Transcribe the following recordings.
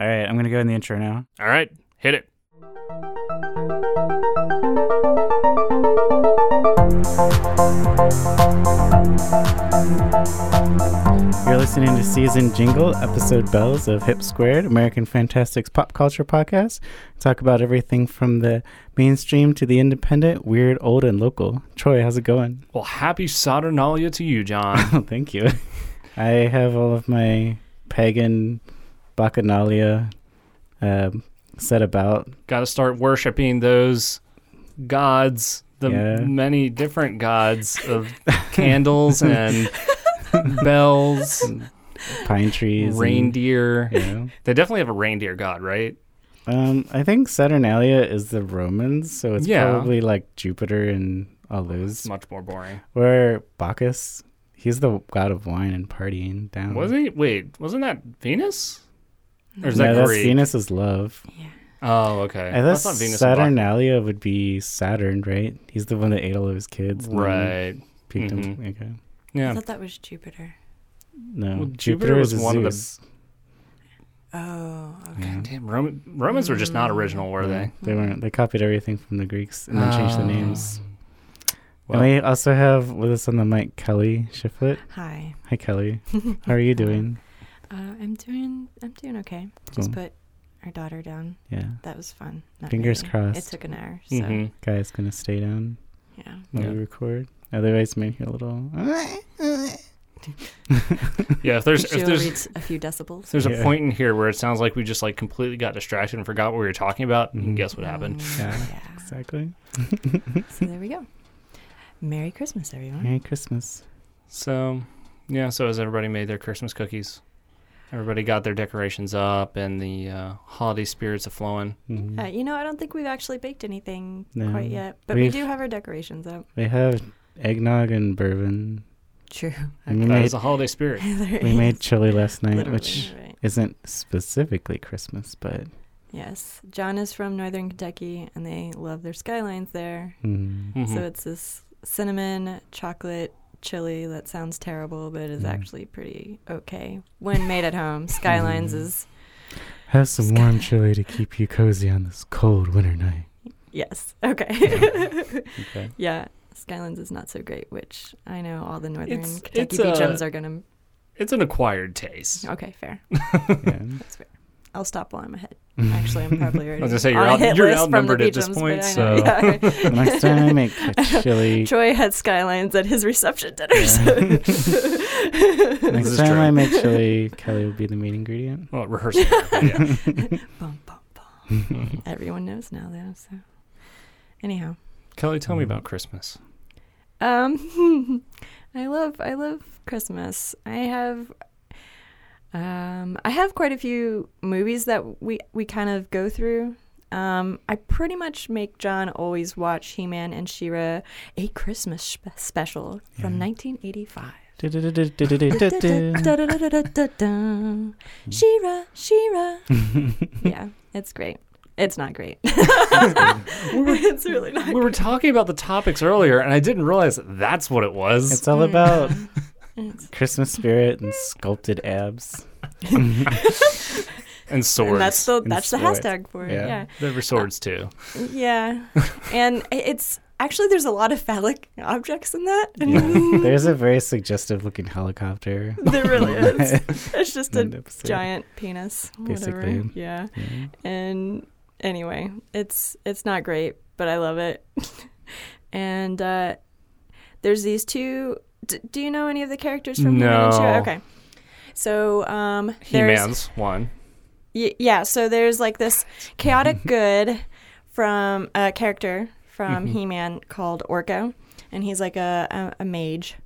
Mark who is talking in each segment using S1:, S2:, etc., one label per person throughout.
S1: All right, I'm going to go in the intro now.
S2: All right, hit it.
S1: You're listening to Season Jingle, episode bells of Hip Squared, American Fantastics pop culture podcast. Talk about everything from the mainstream to the independent, weird, old, and local. Troy, how's it going?
S2: Well, happy Saturnalia to you, John.
S1: Oh, thank you. I have all of my pagan bacchanalia um, set about.
S2: Got to start worshiping those gods, the
S1: Yeah.
S2: many different gods of candles and bells,
S1: Pine trees. and,
S2: reindeer.
S1: you know.
S2: They definitely have a reindeer god, right?
S1: Um, I think Saturnalia is the Romans, so it's
S2: Yeah.
S1: probably like Jupiter and all those.
S2: It's much more boring.
S1: Where Bacchus, he's the god of wine and partying down.
S2: Was he? Wait, wasn't that Venus? Or is
S1: No,
S2: that
S1: that's
S2: Greek?
S1: Venus is love.
S2: Oh, okay.
S1: I thought
S2: not Venus. and Bacchus.
S1: Saturnalia would be Saturn, right? He's the one that ate all of his kids. and then
S2: Right.
S1: Picked him.
S2: Mhm.
S1: Okay.
S2: Yeah.
S3: I thought that was Jupiter.
S1: No.
S2: Well,
S1: Jupiter,
S2: Jupiter
S1: was
S2: was
S1: one
S2: one of the-
S1: of
S3: Oh, okay.
S1: Yeah.
S2: Damn, Roman, Romans were just not original, were they?
S1: They weren't. They copied everything from the Greeks and then changed the
S2: Ah.
S1: names.
S2: Well-
S1: and we also have with us on the mic Kelly Shiflet.
S3: Hi.
S1: Hi, Kelly. How are you doing?
S3: Uh, I'm doing. I'm doing okay. Just
S1: Cool.
S3: put our daughter down.
S1: Yeah.
S3: That was fun. Not
S1: Fingers
S3: It
S1: crossed. Mm-hmm.
S3: took an hour. So
S2: Mhm.
S1: Guy's gonna stay down
S3: yeah.
S1: while
S2: Yeah.
S1: we record. Otherwise, you might hear a little.
S2: Mm-hmm. Yeah, if there's if
S3: She'll
S2: there's
S3: reach a few
S2: if
S3: decibels.
S2: there's
S1: Yeah.
S2: a point in here where it sounds like we just like completely got distracted and forgot what we were talking about, you can
S1: Mhm.
S2: guess what happened.
S3: Um,
S1: Yeah.
S3: yeah.
S1: Exactly.
S3: So there we go. Merry Christmas, everyone.
S1: Merry Christmas.
S2: So, yeah. So as everybody made their Christmas cookies, everybody got their decorations up, and the uh, holiday spirits are flowing.
S1: Mhm.
S3: Uh, you know, I don't think we've actually baked anything
S1: No.
S3: quite yet, but we
S1: We've-
S3: do have our decorations up.
S1: We have eggnog and bourbon.
S3: True.
S1: And we
S2: That
S1: made
S2: is a holiday spirit.
S1: we made chili last night,
S3: Literally,
S1: which
S3: right.
S1: isn't specifically Christmas, but
S3: Yes. John is from northern Kentucky, and they love their skylines there.
S1: mm,
S2: Mhm.
S3: So it's this cinnamon chocolate chili that sounds terrible, but is
S2: Mm-hmm.
S1: Mm.
S3: actually pretty okay when made at home. Skylines
S1: Mm.
S2: Mm-hmm.
S3: is
S1: have some warm chili to keep you cozy on this cold winter night.
S3: yes, okay.
S1: Okay.
S3: yeah, Skylines is not so great, which I know all the northern
S2: It's-
S3: Kentucky
S2: it's a-
S3: Beachums are gonna.
S2: it's an acquired taste.
S3: Okay, fair.
S1: Yeah.
S3: I'll stop while I'm ahead. Actually, I'm probably already.
S2: I was gonna say, you're
S3: on a
S2: out-
S3: hit
S2: you're
S3: list from the
S2: outnumbered at this
S3: Beachums,
S2: point,
S3: but I know-
S2: so-
S3: yeah, right.
S1: The Next time I make a chili.
S3: Troy had Skylines at his reception dinner.
S1: Yeah. Next
S2: is
S1: time
S2: true.
S1: I make chili, Kelly will be the main ingredient.
S2: Well, rehearsal. but yeah.
S3: Bum, bum, bum. Everyone knows now, though. So, anyhow,
S2: Kelly, tell
S1: Mm-hmm.
S2: me about Christmas.
S3: um, I love I love Christmas. I have, um, I have quite a few movies that we we kind of go through. Um, I pretty much make John always watch He Man and She Ra, a Christmas spe- special from
S1: Yeah.
S3: 1985.
S1: Du-du-du-du-du-du-du-du. Mm-hmm.
S3: Da-da-da-da-da-da-da. She-Ra, She-Ra. Yeah, it's great. It's not great. it's really not
S2: We were talking about the topics earlier, and I didn't realize that's what it was.
S1: It's all about
S3: It's-
S1: Christmas spirit and sculpted abs.
S2: and swords.
S3: and that's the
S1: and
S3: that's the
S1: swords.
S3: hashtag for it.
S1: Yeah.
S3: Yeah,
S2: there were swords too.
S3: yeah. and i- it's actually there's a lot of phallic objects in that.
S1: Yeah. There's a very suggestive looking helicopter.
S3: there really is. It's just
S1: in
S3: a
S1: the episode.
S3: giant penis. Whatever.
S1: Basically.
S3: Yeah.
S1: Yeah.
S3: And anyway, it's it's not great, but I love it. and uh, there's these two. D- do you know any of the characters from He-Man and She-Ra?
S2: No.
S3: Okay. So um,
S2: He
S3: there's
S2: man's one.
S3: Y- yeah so there's like this chaotic good from a character
S1: Mm-hmm.
S3: from he-man called orko and he's like a, a, a mage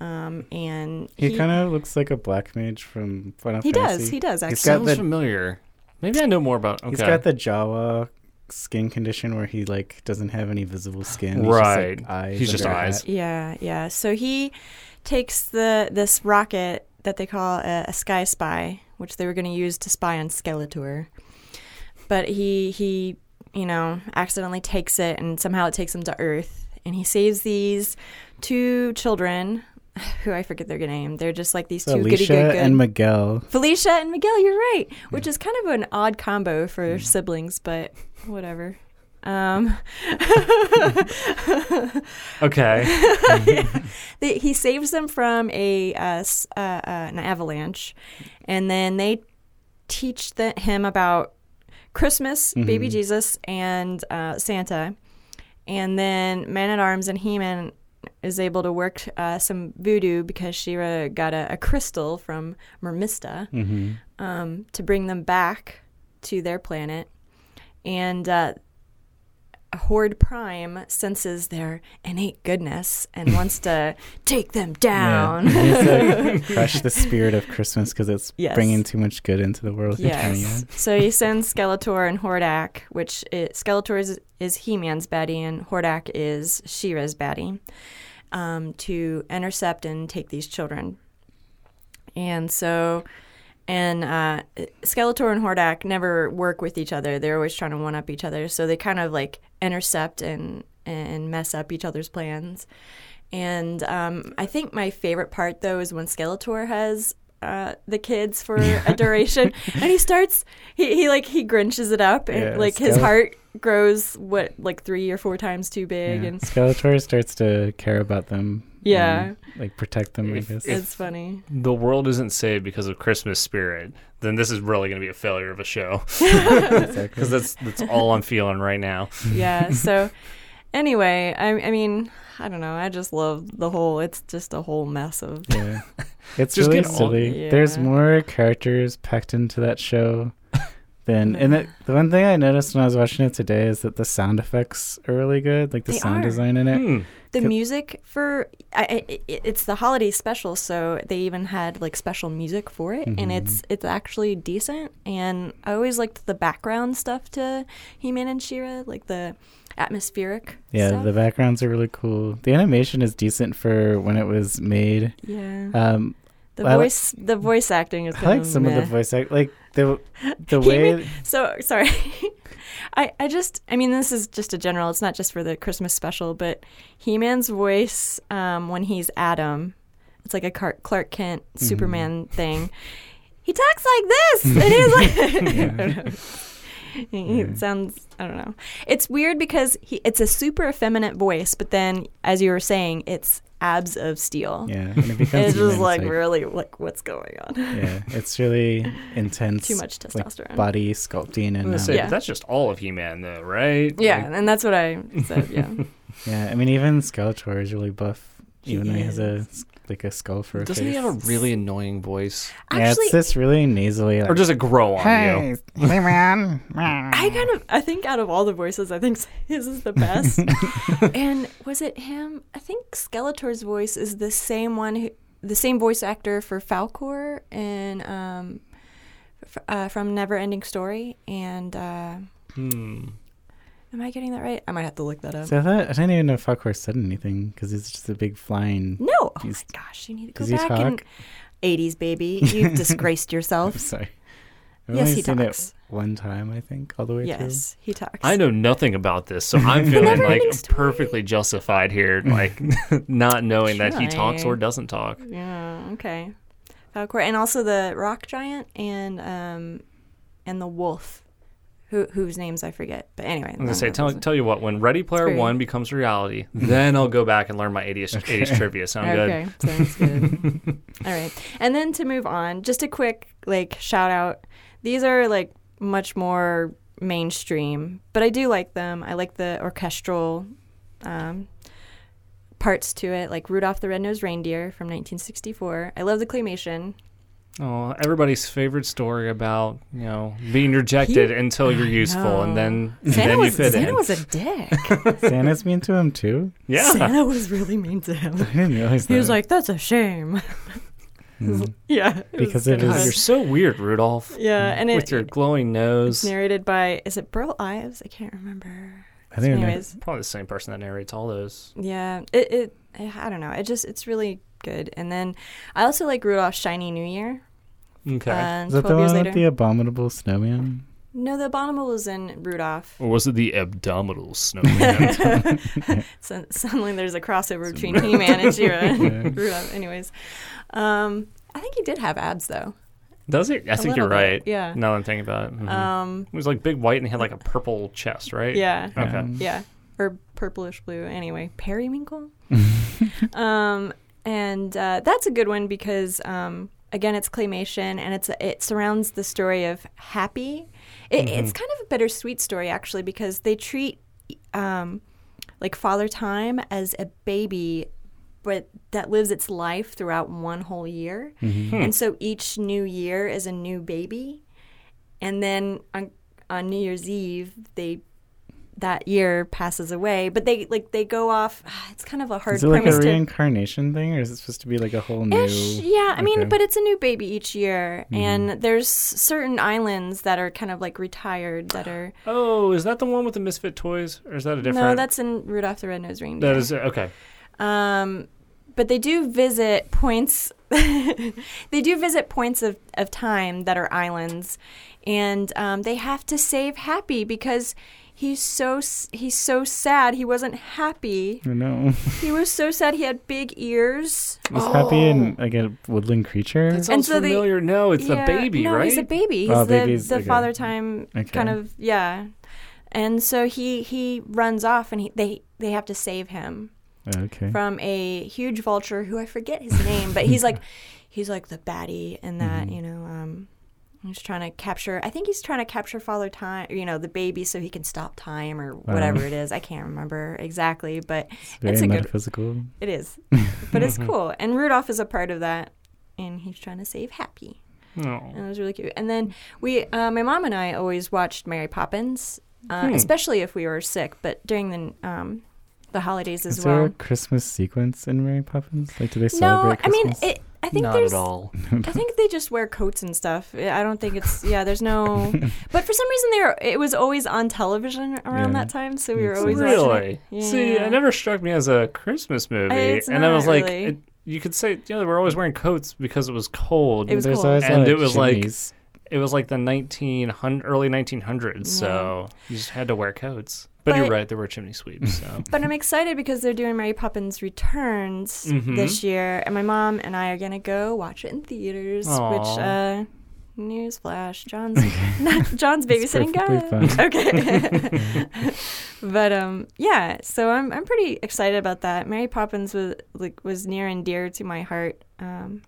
S3: um, and
S1: He, kind of looks like a black mage from Final
S3: he
S1: Fantasy.
S3: does he does actually
S1: He's got
S2: Sounds
S1: the-
S2: familiar. Maybe I know more about. Okay.
S1: He's got the Jawa skin condition where he like doesn't have any visible skin. He's Just, like,
S2: Right.
S1: eyes
S2: He's just
S1: under a
S2: eyes.
S1: hat.
S3: yeah yeah so he takes the this rocket that they call a, a sky spy which they were going to use to spy on skeletor but he he you know accidentally takes it and somehow it takes him to earth and he saves these two children who I forget their name. They're just like these
S1: So
S3: two goody good
S1: Alicia
S3: good.
S1: and Miguel.
S3: Felicia and Miguel, you're right, which is kind of an odd combo for siblings, but whatever. Um,
S2: Okay.
S3: they, he saves them from a uh, s- uh, uh, an avalanche, and then they teach the, him about Christmas, baby
S1: Mhm.
S3: Jesus, and uh, Santa, and then Man at Arms and He Man is able to work uh, some voodoo because Shira got a, a crystal from Mermista
S1: Mm-hmm.
S3: um, to bring them back to their planet. And uh, Horde Prime senses their innate goodness and wants to take them down.
S1: crush the spirit of Christmas because it's
S3: Yes.
S1: bringing too much good into the world.
S3: Yes. so he sends Skeletor and Hordak, which i Skeletor is, is He Man's baddie and Hordak is She-Ra's baddie, um, to intercept and take these children. And so, and uh, Skeletor and Hordak never work with each other. They're always trying to one up each other. So they kind of like intercept and and mess up each other's plans. And um, I think my favorite part though is when Skeletor has uh, the kids for a duration, and he starts he, he like he grinches it up, and
S1: Yeah,
S3: like his
S1: Skele-
S3: heart grows what like three or four times too big,
S1: Yeah.
S3: and
S1: Skeletor starts to care about them.
S3: Yeah.
S1: and, like protect them, I
S2: If-
S1: guess.
S3: it's funny.
S2: the world isn't saved because of Christmas spirit, then this is really going to be a failure of a show.
S1: Exactly.
S2: Because that's that's all I'm feeling right now.
S3: yeah. So anyway, I, I mean, I don't know. I just love the whole. It's just a whole mess of.
S1: Yeah. It's
S2: Just
S1: really
S2: get all-
S1: silly. There's
S3: Yeah.
S1: more characters packed into that show than and the, the one thing I noticed when I was watching it today is that the sound effects are really good, like the
S3: They
S1: sound
S3: are.
S1: design in it.
S2: Hmm.
S3: The
S1: Could-
S3: music for I, I, it- it's the holiday special, so they even had like special music for it, and it's
S1: Mm-hmm.
S3: it's actually decent. And I always liked the background stuff to He-Man and She-Ra, like the atmospheric.
S1: Yeah,
S3: stuff.
S1: the backgrounds are really cool. The animation is decent for when it was made.
S3: yeah.
S1: Um,
S3: the
S1: I like-
S3: voice the voice acting is.
S1: I like
S3: kinda
S1: some of the
S3: meh.
S1: voice act, like the the
S3: He
S1: way.
S3: So sorry. I, I just I mean this is just a general. It's not just for the Christmas special, but He Man's voice um, when he's Adam, it's like a Car- Clark Kent
S1: Mm-hmm.
S3: Superman thing. He talks like this. It is like I don't know. He- It sounds I don't know. It's weird because he it's a super effeminate voice, but then as you were saying, it's abs of steel.
S1: Yeah, and it becomes
S3: It's just
S1: human,
S3: like really like what's going on?
S1: yeah, it's really intense.
S3: Too much
S1: like
S3: testosterone.
S1: body sculpting
S2: I'm
S1: and
S2: gonna
S1: um,
S2: say,
S3: Yeah.
S2: but that's just all of He-Man, though, right?
S3: yeah,
S2: Like,
S3: and that's what I said. Yeah.
S1: yeah. I mean, even Skeletor is really buff.
S3: He
S1: Even though he has a s- like a skull for a
S2: doesn't
S1: face.
S2: he have a really annoying voice,
S1: yeah, it's this really nasally. Like,
S2: or does it grow on you?
S1: hey man.
S3: I kind of, I think out of all the voices, I think his is the best. and was it him? I think Skeletor's voice is the same one, who, the same voice actor for Falcor and um, f- uh, from Neverending Story. And uh,
S2: Hmm.
S3: am I getting that right? I might have to look that up.
S1: So I, thought, I didn't even know Falcor said anything because he's just a big flying.
S3: no, oh my
S1: He's-
S3: gosh, you need to go
S1: does he
S3: back and.
S1: talk?
S3: 80s baby, you've disgraced
S1: I'm
S3: yourself.
S1: sorry. I've
S3: Yes,
S1: only
S3: he
S1: seen
S3: talks.
S1: it one time, I think, all the way through.
S3: yes, he talks.
S2: I know nothing about this, so I'm feeling like
S3: never-ending story.
S2: perfectly justified here, like not knowing that he talks or
S3: Trying.
S2: doesn't talk.
S3: Yeah. Okay. Falcor, and also the rock giant and um, and the wolf, who whose names I forget. But anyway,
S2: I'm gonna
S3: no,
S2: say,
S3: no,
S2: tell,
S3: those-
S2: tell you what, when Ready Player
S3: Great.
S2: One becomes reality, then I'll go back and learn my 80s, 80s trivia. Sound
S3: okay, sounds good. All right, and then to move on, just a quick like shout out. These are like much more mainstream, but I do like them. I like the orchestral. Um, parts to it like Rudolph the Red-Nosed Reindeer from 1964. I love the claymation.
S2: good? Oh, everybody's favorite story about you know being rejected until you're useful, and then and
S3: Santa
S2: then
S3: was
S2: you fit
S3: Santa
S2: in.
S3: was a dick.
S1: Santa's mean to him too.
S2: yeah,
S3: Santa was really mean to him.
S1: I didn't realize
S3: He was
S1: that.
S3: like, "That's a shame."
S1: Mm.
S3: yeah,
S1: Because it
S2: God,
S1: is-
S2: you're so weird, Rudolph,
S3: yeah, and
S2: with
S3: it,
S2: your glowing
S3: it's
S2: nose.
S3: narrated by is it Burl Ives? I can't remember.
S1: I didn't know.
S3: Anyways,
S2: Probably the same person that narrates all those.
S3: yeah, it, it eh, I don't know. It just it's really good. And then I also like Rudolph's Shiny New Year.
S2: Okay.
S3: Uh,
S1: Is that the uh,
S3: Twelve
S1: one
S3: years
S1: with
S3: later.
S1: the abominable snowman?
S3: No, the abominable is in Rudolph.
S2: Or was it the abdominal snowman?
S3: So, suddenly there's a crossover between He Man and She Rudolph, anyways. Um, I think he did have abs, though.
S2: Does it? I
S3: A
S2: think you're
S3: little bit,
S2: right.
S3: Yeah.
S2: Now that I'm thinking about it. mhm.
S3: Um,
S2: it was like big white and he had like a purple chest, right?
S3: yeah.
S2: Okay.
S1: Um,
S3: Yeah. Or purplish blue. Anyway, periwinkle. um, and uh, that's a good one because, um, again, it's claymation and it's it surrounds the story of Happy. It, It's kind of a bittersweet story, actually, because they treat um, like Father Time as a baby. But that lives its life throughout one whole year.
S1: Mm-hmm.
S3: And so each new year is a new baby. And then on, on New Year's Eve, they that year passes away, but they like they go off. It's kind of a hard
S1: Is it like
S3: premise
S1: a
S3: to.
S1: reincarnation thing, or is it supposed to be like a whole new?
S3: Ish, yeah, I mean,
S1: Okay. Mm-hmm.
S3: but it's a new baby each year, and there's certain islands that are kind of like retired that are.
S2: Oh, is that the one with the misfit toys, or is that a different?
S3: No, that's in Rudolph the Red-Nosed Reindeer.
S2: that is okay.
S3: Um, but they do visit points. they do visit points of, of time that are islands, and um, they have to save Happy because he's so s- he's so sad. He wasn't happy.
S1: I know.
S3: He was so sad. He had big ears.
S1: Was Happy
S3: Oh.
S1: and like a woodland creature?
S2: That
S1: That's,
S2: sounds
S3: so they-
S2: familiar. no, it's
S3: Yeah,
S2: the baby,
S3: no,
S2: right?
S3: he's a baby. He's
S1: Oh,
S3: the,
S1: babies,
S3: the
S1: okay.
S3: father time kind
S1: Okay.
S3: of yeah. And so he he runs off, and he, they they have to save him.
S1: Oh, okay.
S3: from a huge vulture who I forget his name, but he's like he's like the baddie in that,
S1: Mm-hmm.
S3: you know, um he's trying to capture I think he's trying to capture father time, you know, the baby so he can stop time or
S1: Uh-huh.
S3: whatever it is. I can't remember exactly, but
S1: Very
S3: it's a good
S1: metaphysical.
S3: it is. But it's cool. And Rudolph is a part of that and he's trying to save Happy.
S2: No.
S3: And it was really cute. And then we uh, my mom and I always watched Mary Poppins, uh,
S2: Hmm.
S3: especially if we were sick, but during the um the holidays as
S1: Is
S3: well.
S1: there a Christmas sequence in Mary Poppins? Like, do they celebrate
S3: I mean,
S1: Christmas?
S3: it, I think
S2: Not
S3: there's.
S2: at all.
S3: I think they just wear coats and stuff. I I don't think it's. Yeah, there's no. but for some reason, there it was always on television around
S1: Yeah.
S3: that time, so we were
S1: Makes
S3: always watching it.
S2: Really? See,
S3: Yeah.
S2: it never struck me as a Christmas movie,
S3: it's
S2: and I was
S3: not
S2: like,
S3: really.
S2: it, you could say, yeah, they were always wearing coats because it was cold.
S3: It was
S1: There's
S3: cool.
S1: always
S2: And
S1: like,
S2: it was like-
S1: chimneys.
S2: It was like the 1900 early 1900s, so you just had to wear coats. But, you're
S3: But-
S2: right, there were chimney sweeps. So.
S3: But I'm excited because they're doing Mary Poppins Returns
S2: Mhm.
S3: this year, and my mom and I are gonna go watch it in theaters. Which,
S2: Aw.
S3: uh, newsflash, John's not John's
S1: It's
S3: babysitting
S1: perfectly
S3: guy. Okay, but um, yeah. So I'm I'm pretty excited about that. Mary Poppins was like was near and dear to my heart, um,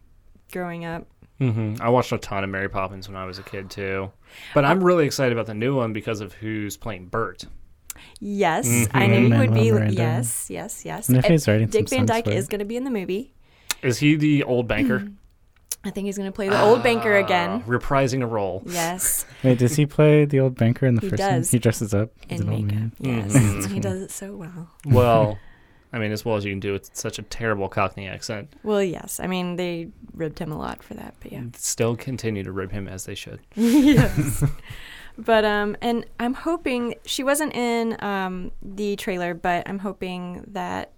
S3: growing up.
S2: hmm I watched a ton of Mary Poppins when I was a kid too,
S3: Uh,
S2: but I'm really excited about the new one because of who's playing Bert.
S3: Yes, I knew you would
S1: Lin-Manuel
S3: be.
S1: Miranda.
S3: Yes, yes, yes.
S1: And if
S3: And
S1: he's writing
S3: Dick
S1: some
S3: Van
S1: songs
S3: Dyke
S1: for it.
S3: is going to be in the movie.
S2: Is he the old banker?
S3: I think he's going to play the old banker
S2: Uh,
S3: again.
S2: reprising a role.
S3: Yes.
S1: Wait, does he play the old banker in the
S3: He
S1: first
S3: does.
S1: one? He dresses up as
S3: and
S1: an old
S3: makeup.
S1: man.
S3: Yes,
S2: Mhm.
S3: he does it so well.
S2: Well, I mean, as well as you can do with such a terrible Cockney accent,
S3: Well, yes, I mean they ribbed him a lot for that, but yeah,
S2: still continue to rib him as they should.
S1: Mm.
S3: yes. But um, and I'm hoping she wasn't in um the trailer, but I'm hoping that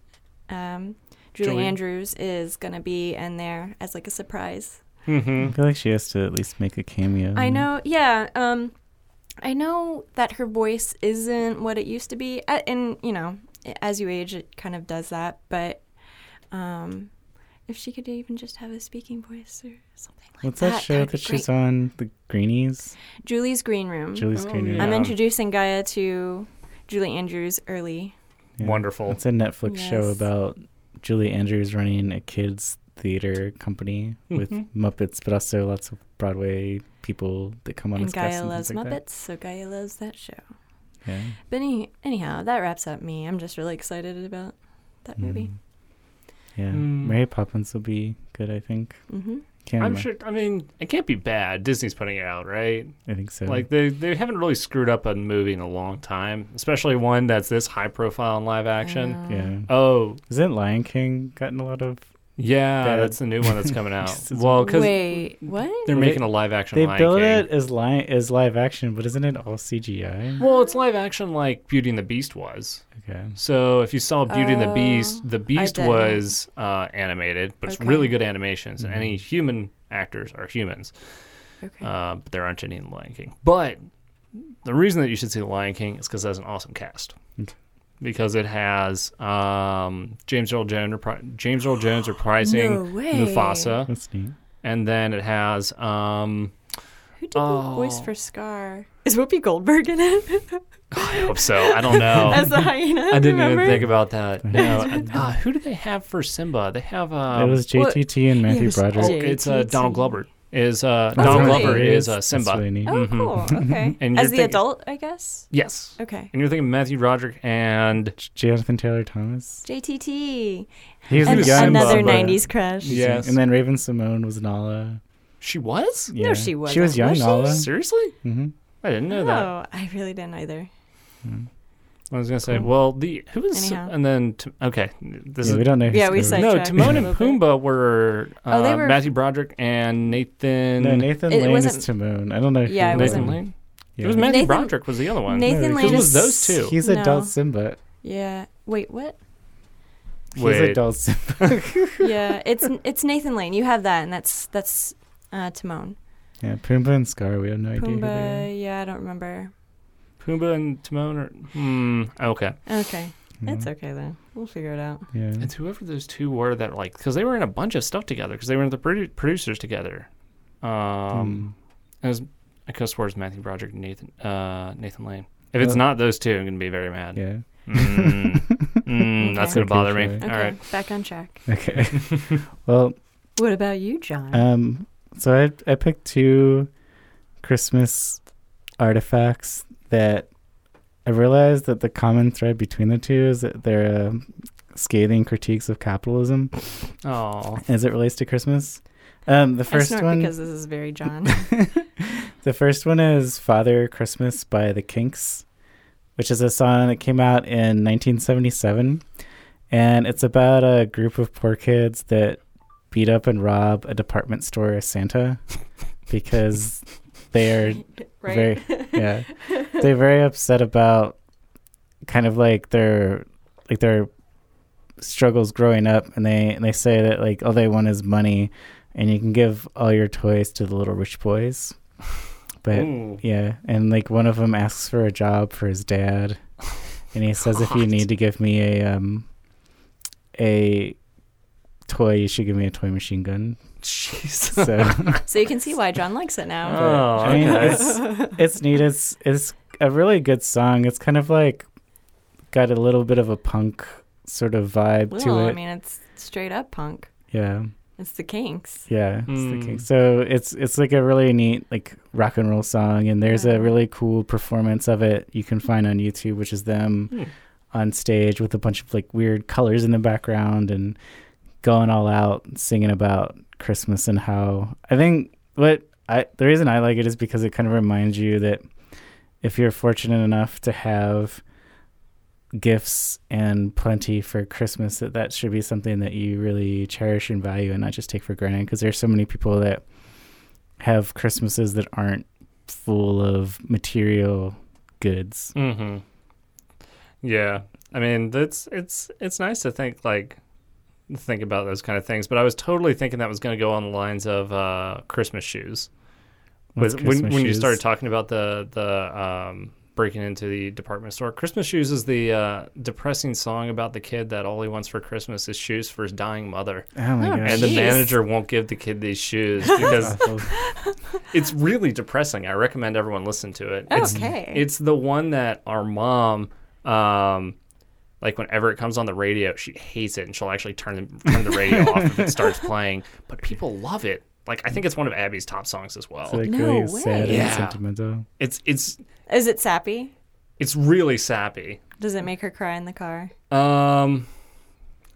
S3: um Julie,
S2: Julie.
S3: Andrews is gonna be in there as like a surprise.
S2: Mm-hmm.
S1: I feel like she has to at least make a cameo.
S3: I know, yeah. Um, I know that her voice isn't what it used to be, a- and you know, as you age, it kind of does that. But um, if she could even just have a speaking voice or something like
S1: What's
S3: that,
S1: that, show
S3: would
S1: that
S3: be
S1: she's
S3: great.
S1: on? The Greenies?
S3: Julie's Green Room.
S1: Julie's
S2: Oh,
S1: Green Room.
S2: yeah.
S3: I'm introducing Gaia to Julie Andrews early.
S1: Yeah.
S2: Wonderful.
S1: It's a Netflix show
S3: Yes.
S1: about Julie Andrews running a kids theater company with
S2: Mhm.
S3: Mm-hmm.
S1: Muppets, but also lots of Broadway people that come on
S3: and
S1: as guests
S3: Gaia
S1: and
S3: loves
S1: things like
S3: Muppets,
S1: that.
S3: so Gaia loves that show.
S1: Yeah.
S3: But any, anyhow, that wraps up me. I'm just really excited about that movie.
S1: Mm. Yeah,
S2: Mm.
S1: Mary Poppins will be good. I think.
S3: hmm
S1: Can't
S2: I'm
S1: remem-
S2: sure. I mean, it can't be bad. Disney's putting it out, right?
S1: I think so.
S2: Like they they haven't really screwed up a movie in a long time, especially one that's this high profile in live action.
S3: Uh, Um,
S1: yeah.
S2: Oh
S1: Isn't Lion King gotten a lot of?
S2: yeah,
S1: Bad.
S2: that's the new one that's coming out.
S1: This is-
S2: well, because
S3: Wait, what?
S2: they're
S1: They-
S2: making a live action.
S1: They
S2: Lion
S1: build
S2: King.
S1: it as live as live action, but isn't it all CGI?
S2: Well, it's live action like Beauty and the Beast was.
S1: Okay.
S2: So if you saw Beauty and the Beast,
S3: Oh,
S2: the Beast
S3: didn't.
S2: was uh, animated, but
S3: Okay.
S2: it's really good animations. And any
S1: Mm-hmm.
S2: human actors are humans.
S3: Okay.
S2: Uh, but there aren't any in Lion King. But the reason that you should see The Lion King is because it has an awesome cast.
S1: Okay.
S2: Because it has um, James Earl Jones, repri- James Earl Jones reprising
S3: no way.
S2: Mufasa,
S1: That's neat.
S2: and then it has um,
S3: Who did the voice
S2: Oh.
S3: for Scar? Is Whoopi Goldberg in it
S2: I hope so. I don't know.
S3: as the hyena?
S2: Oh. I didn't
S3: remember?
S2: even think about that.
S1: That's
S2: No, uh, who do they have for Simba? They have um,
S1: it was
S3: what-
S1: JTT and Matthew
S3: was-
S1: Broderick.
S2: oh,
S3: J-
S2: it's uh, Donald Glover is uh,
S3: Oh,
S2: Donald
S3: really?
S2: Glover is uh,
S1: That's
S2: Simba.
S1: really neat.
S3: Oh,
S2: Mhm.
S3: cool. Okay.
S2: And you're
S3: as the
S2: thinking-
S3: adult, I guess.
S2: Yes,
S3: Okay.
S2: and you're thinking Matthew Roderick and
S1: Jonathan Taylor Thomas.
S3: JTT.
S1: He was
S2: An-
S1: the guy in
S3: another
S1: Simba.
S3: 90s crush.
S2: Yeah. Yes.
S1: And then Raven Simone was Nala.
S2: she was
S1: Yeah.
S3: she
S1: She was
S3: wasn't.
S1: young
S3: Was she?
S1: Nala.
S2: seriously.
S1: hmm
S2: I didn't know
S3: oh,
S2: that.
S3: I really didn't either.
S1: Mm-hmm.
S2: I was gonna say,
S1: Cool.
S2: well, the who is
S3: Anyhow.
S2: and then Tim- okay, this
S1: Hmm. Yeah, we don't know. who
S3: Yeah, we
S1: Scar
S3: said-
S1: was.
S2: is no
S3: Sidetracked
S2: Timon
S1: a
S2: and
S3: little bit.
S2: Pumbaa were, uh,
S3: Oh, they were-
S2: Matthew Broderick and Nathan.
S1: No, Nathan
S3: It
S1: Lane
S3: wasn't-
S1: is Timon. I don't know.
S3: Yeah, it
S1: who
S2: Nathan
S3: wasn't-
S2: Lane.
S1: Yeah.
S2: It was Matthew
S3: Nathan-
S2: Broderick was the other one.
S1: No,
S3: Nathan
S1: because
S3: Lane
S2: it was those
S3: is-
S2: two.
S1: He's
S3: No.
S1: adult Simba.
S3: Yeah. Wait, what?
S1: He's
S2: Wait.
S1: adult Simba.
S3: yeah, it's it's Nathan Lane. You have that, and that's that's uh, Timon.
S1: Yeah, Pumbaa and Scar. We have no idea. Who they
S3: Pumbaa. Yeah, I don't remember.
S2: Pumbaa and Timon. Or, hmm. Okay,
S3: Okay,
S1: are.
S3: it's
S1: yeah.
S3: okay then. We'll figure it out.
S1: Yeah.
S2: it's whoever those two were that like because they were in a bunch of stuff together because they were in the produ- producers together. Um, it was
S1: Hmm.
S2: I could swear it's Matthew Broderick and Nathan uh, Nathan Lane. If it's
S1: Oh.
S2: not those two, I'm gonna be very
S1: Mm,
S2: mad.
S1: yeah.
S2: Mm, mm, that's
S3: Okay.
S2: gonna bother me.
S1: Okay.
S2: All
S3: Okay,
S2: right.
S3: back on track.
S1: Okay. well,
S3: What about you, John?
S1: um, so I I picked two Christmas artifacts that I realized that the common thread between the two is that they're um, scathing critiques of capitalism
S2: Oh,
S1: as it relates to Christmas. Um, the
S3: I
S1: first
S3: snort
S1: one,
S3: because this is very John.
S1: the first one is "Father Christmas" by the Kinks, which is a song that came out in 1977, and it's about a group of poor kids that beat up and rob a department store Santa because they're
S3: right?
S1: very yeah they're very upset about kind of like their like their struggles growing up and they and they say that like all they want is money and you can give all your toys to the little rich boys but
S2: Ooh.
S1: yeah and like one of them asks for a job for his dad and he says if you
S2: God.
S1: need to give me a um a toy you should give me a toy machine gun
S2: jeez.
S1: so
S3: so you can see why John likes it now.
S2: Oh,
S1: I mean,
S2: okay.
S1: it's- it's neat. It's it's a really good song. It's kind of like got a little bit of a punk sort of vibe
S3: Well,
S1: to it.
S3: I mean, it's straight up punk.
S1: yeah,
S3: It's the Kinks.
S1: yeah. it's the
S2: Mm.
S3: Hmm.
S1: Kinks. So it's it's like a really neat like rock and roll song, and there's
S3: Yeah.
S1: a really cool performance of it you can find on YouTube, which is them
S2: Hmm.
S1: on stage with a bunch of like weird colors in the background and going all out and singing about Christmas and how I think what I the reason I like it is because it kind of reminds you that if you're fortunate enough to have gifts and plenty for Christmas that that should be something that you really cherish and value and not just take for granted because there's so many people that have Christmases that aren't full of material goods.
S2: Mm-hmm. Yeah, I mean that's it's it's nice to think like think about those kind of things. But I was totally thinking that was going to go on the lines of uh, Christmas shoes.
S1: What's
S2: With, when
S1: Christmas
S2: when you
S1: shoes?
S2: started talking about the the um, breaking into the department store, Christmas shoes is the uh, depressing song about the kid that all he wants for Christmas is shoes for his dying mother,
S1: Oh my
S3: Oh,
S1: gosh.
S2: and the
S3: Jeez.
S2: manager won't give the kid these shoes because
S1: Awful.
S2: it's really depressing. I recommend everyone listen to it. It's
S3: okay.
S2: it's the one that our mom, um, like whenever it comes on the radio, she hates it and she'll actually turn the, turn the radio off if it starts playing. But people love it. Like I think it's one of Abby's top songs as well.
S1: It's like
S3: No
S1: really
S3: way.
S1: sad and
S2: Yeah.
S1: sentimental.
S2: It's it's
S3: Is it sappy?
S2: it's really sappy.
S3: Does it make her cry in the car?
S2: Um,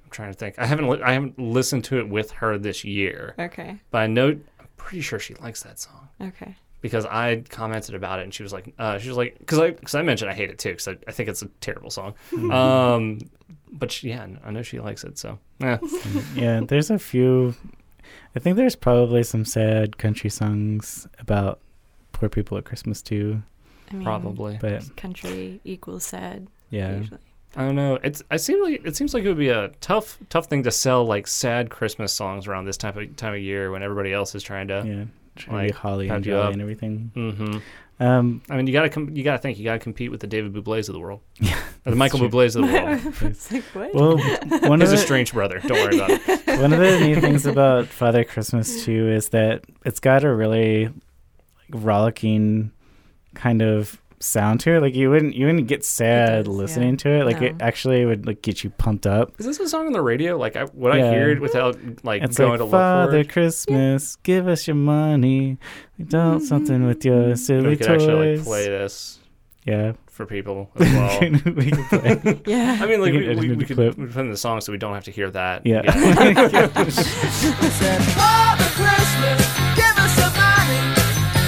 S2: I'm trying to think. I haven't li- I haven't listened to it with her this year,
S3: Okay.
S2: but I know I'm pretty sure she likes that song.
S3: Okay.
S2: because I commented about it and she was like, uh, she was like, because I, cause I mentioned I hate it too because I, I think it's a terrible song. um, but she, yeah, I know she likes it. So eh.
S1: yeah, there's a few. I think there's probably some sad country songs about poor people at Christmas too.
S3: I mean,
S2: probably.
S1: But
S3: Country equals sad.
S1: yeah,
S3: Usually.
S2: I don't know. It's I seem like it seems like it would be a tough tough thing to sell like sad Christmas songs around this type of time of year when everybody else is trying to.
S1: yeah, trying to
S2: Like,
S1: be holly
S2: Patch
S1: and
S2: You
S1: jolly
S2: Up.
S1: and everything.
S2: Mm-hmm.
S1: Um,
S2: I mean, you gotta com- you gotta think you gotta compete with the David Bublé's of the world,
S1: Yeah,
S2: or the Michael
S1: true.
S2: Bublé's of the world.
S3: It's like, what?
S1: well, one of
S2: He's
S1: the,
S2: a strange brother. Don't worry about it.
S1: one of the neat things about Father Christmas too is that it's got a really like, rollicking kind of sound to it. Like you wouldn't you wouldn't get sad
S3: does, yeah.
S1: listening to it. Like it
S3: No.
S1: actually would like get you pumped up.
S2: Is this a song on the radio? Like, I, would I
S1: Yeah.
S2: hear it without like
S1: It's
S2: going
S1: like
S2: to look for
S1: Father
S2: it?
S1: Christmas, give us your money. We don't something with your
S2: Mm-hmm. We
S1: silly
S2: could
S1: toys.
S2: actually like, play this
S1: Yeah,
S2: for people as well.
S1: we can play.
S3: yeah.
S2: I mean, like
S1: We can edit
S2: we, we,
S1: it
S2: we
S1: into
S2: could
S1: clip.
S2: we put in the song so we don't have to hear that.
S1: Yeah.
S4: Father Christmas, give us some money.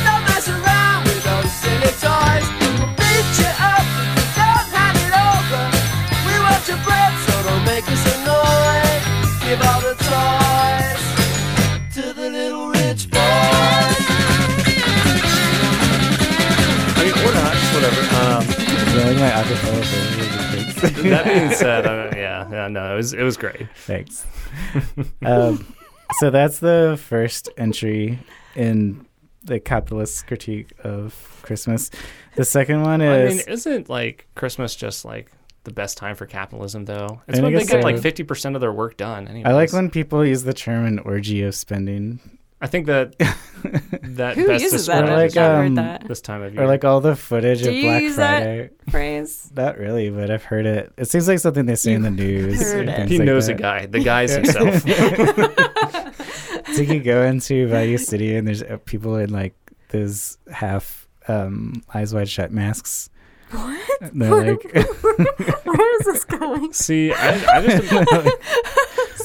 S4: Don't mess around with those silly toys. We'll beat you up if you don't hand it over. We want your bread, so don't make us annoyed. Give all the toys to the little rich boys.
S2: I mean, or not, whatever. Um,
S1: Yeah, like my acapella thing really good. Thanks.
S2: that being said, I mean, yeah, yeah, no, it was it was great.
S1: Thanks. um, so that's the first entry in the capitalist critique of Christmas. The second one
S2: I
S1: is
S2: mean, isn't like Christmas just like the best time for capitalism though? It's
S1: mean, I
S2: when they
S1: guess
S2: get
S1: so.
S2: like fifty percent of their work done. Anyways.
S1: I like when people use the term an orgy of spending,
S2: I think that that
S3: Who
S2: best
S3: uses that?
S1: Or like,
S2: describes
S3: I've not
S1: um,
S3: heard that
S2: this time of year.
S1: or like all the footage
S3: Do
S1: of
S3: you
S1: Black
S3: use that?
S1: Friday.
S3: phrase.
S1: Not really, but I've heard it. It seems like something they say in the news.
S3: heard
S1: and
S3: it.
S1: things
S2: he
S1: like
S2: knows
S1: that.
S2: a guy. The guy's himself.
S1: So you go into Value City and there's uh, people in like those half um, eyes wide shut masks. What? They're like,
S3: Where is this going?
S2: see, I, I just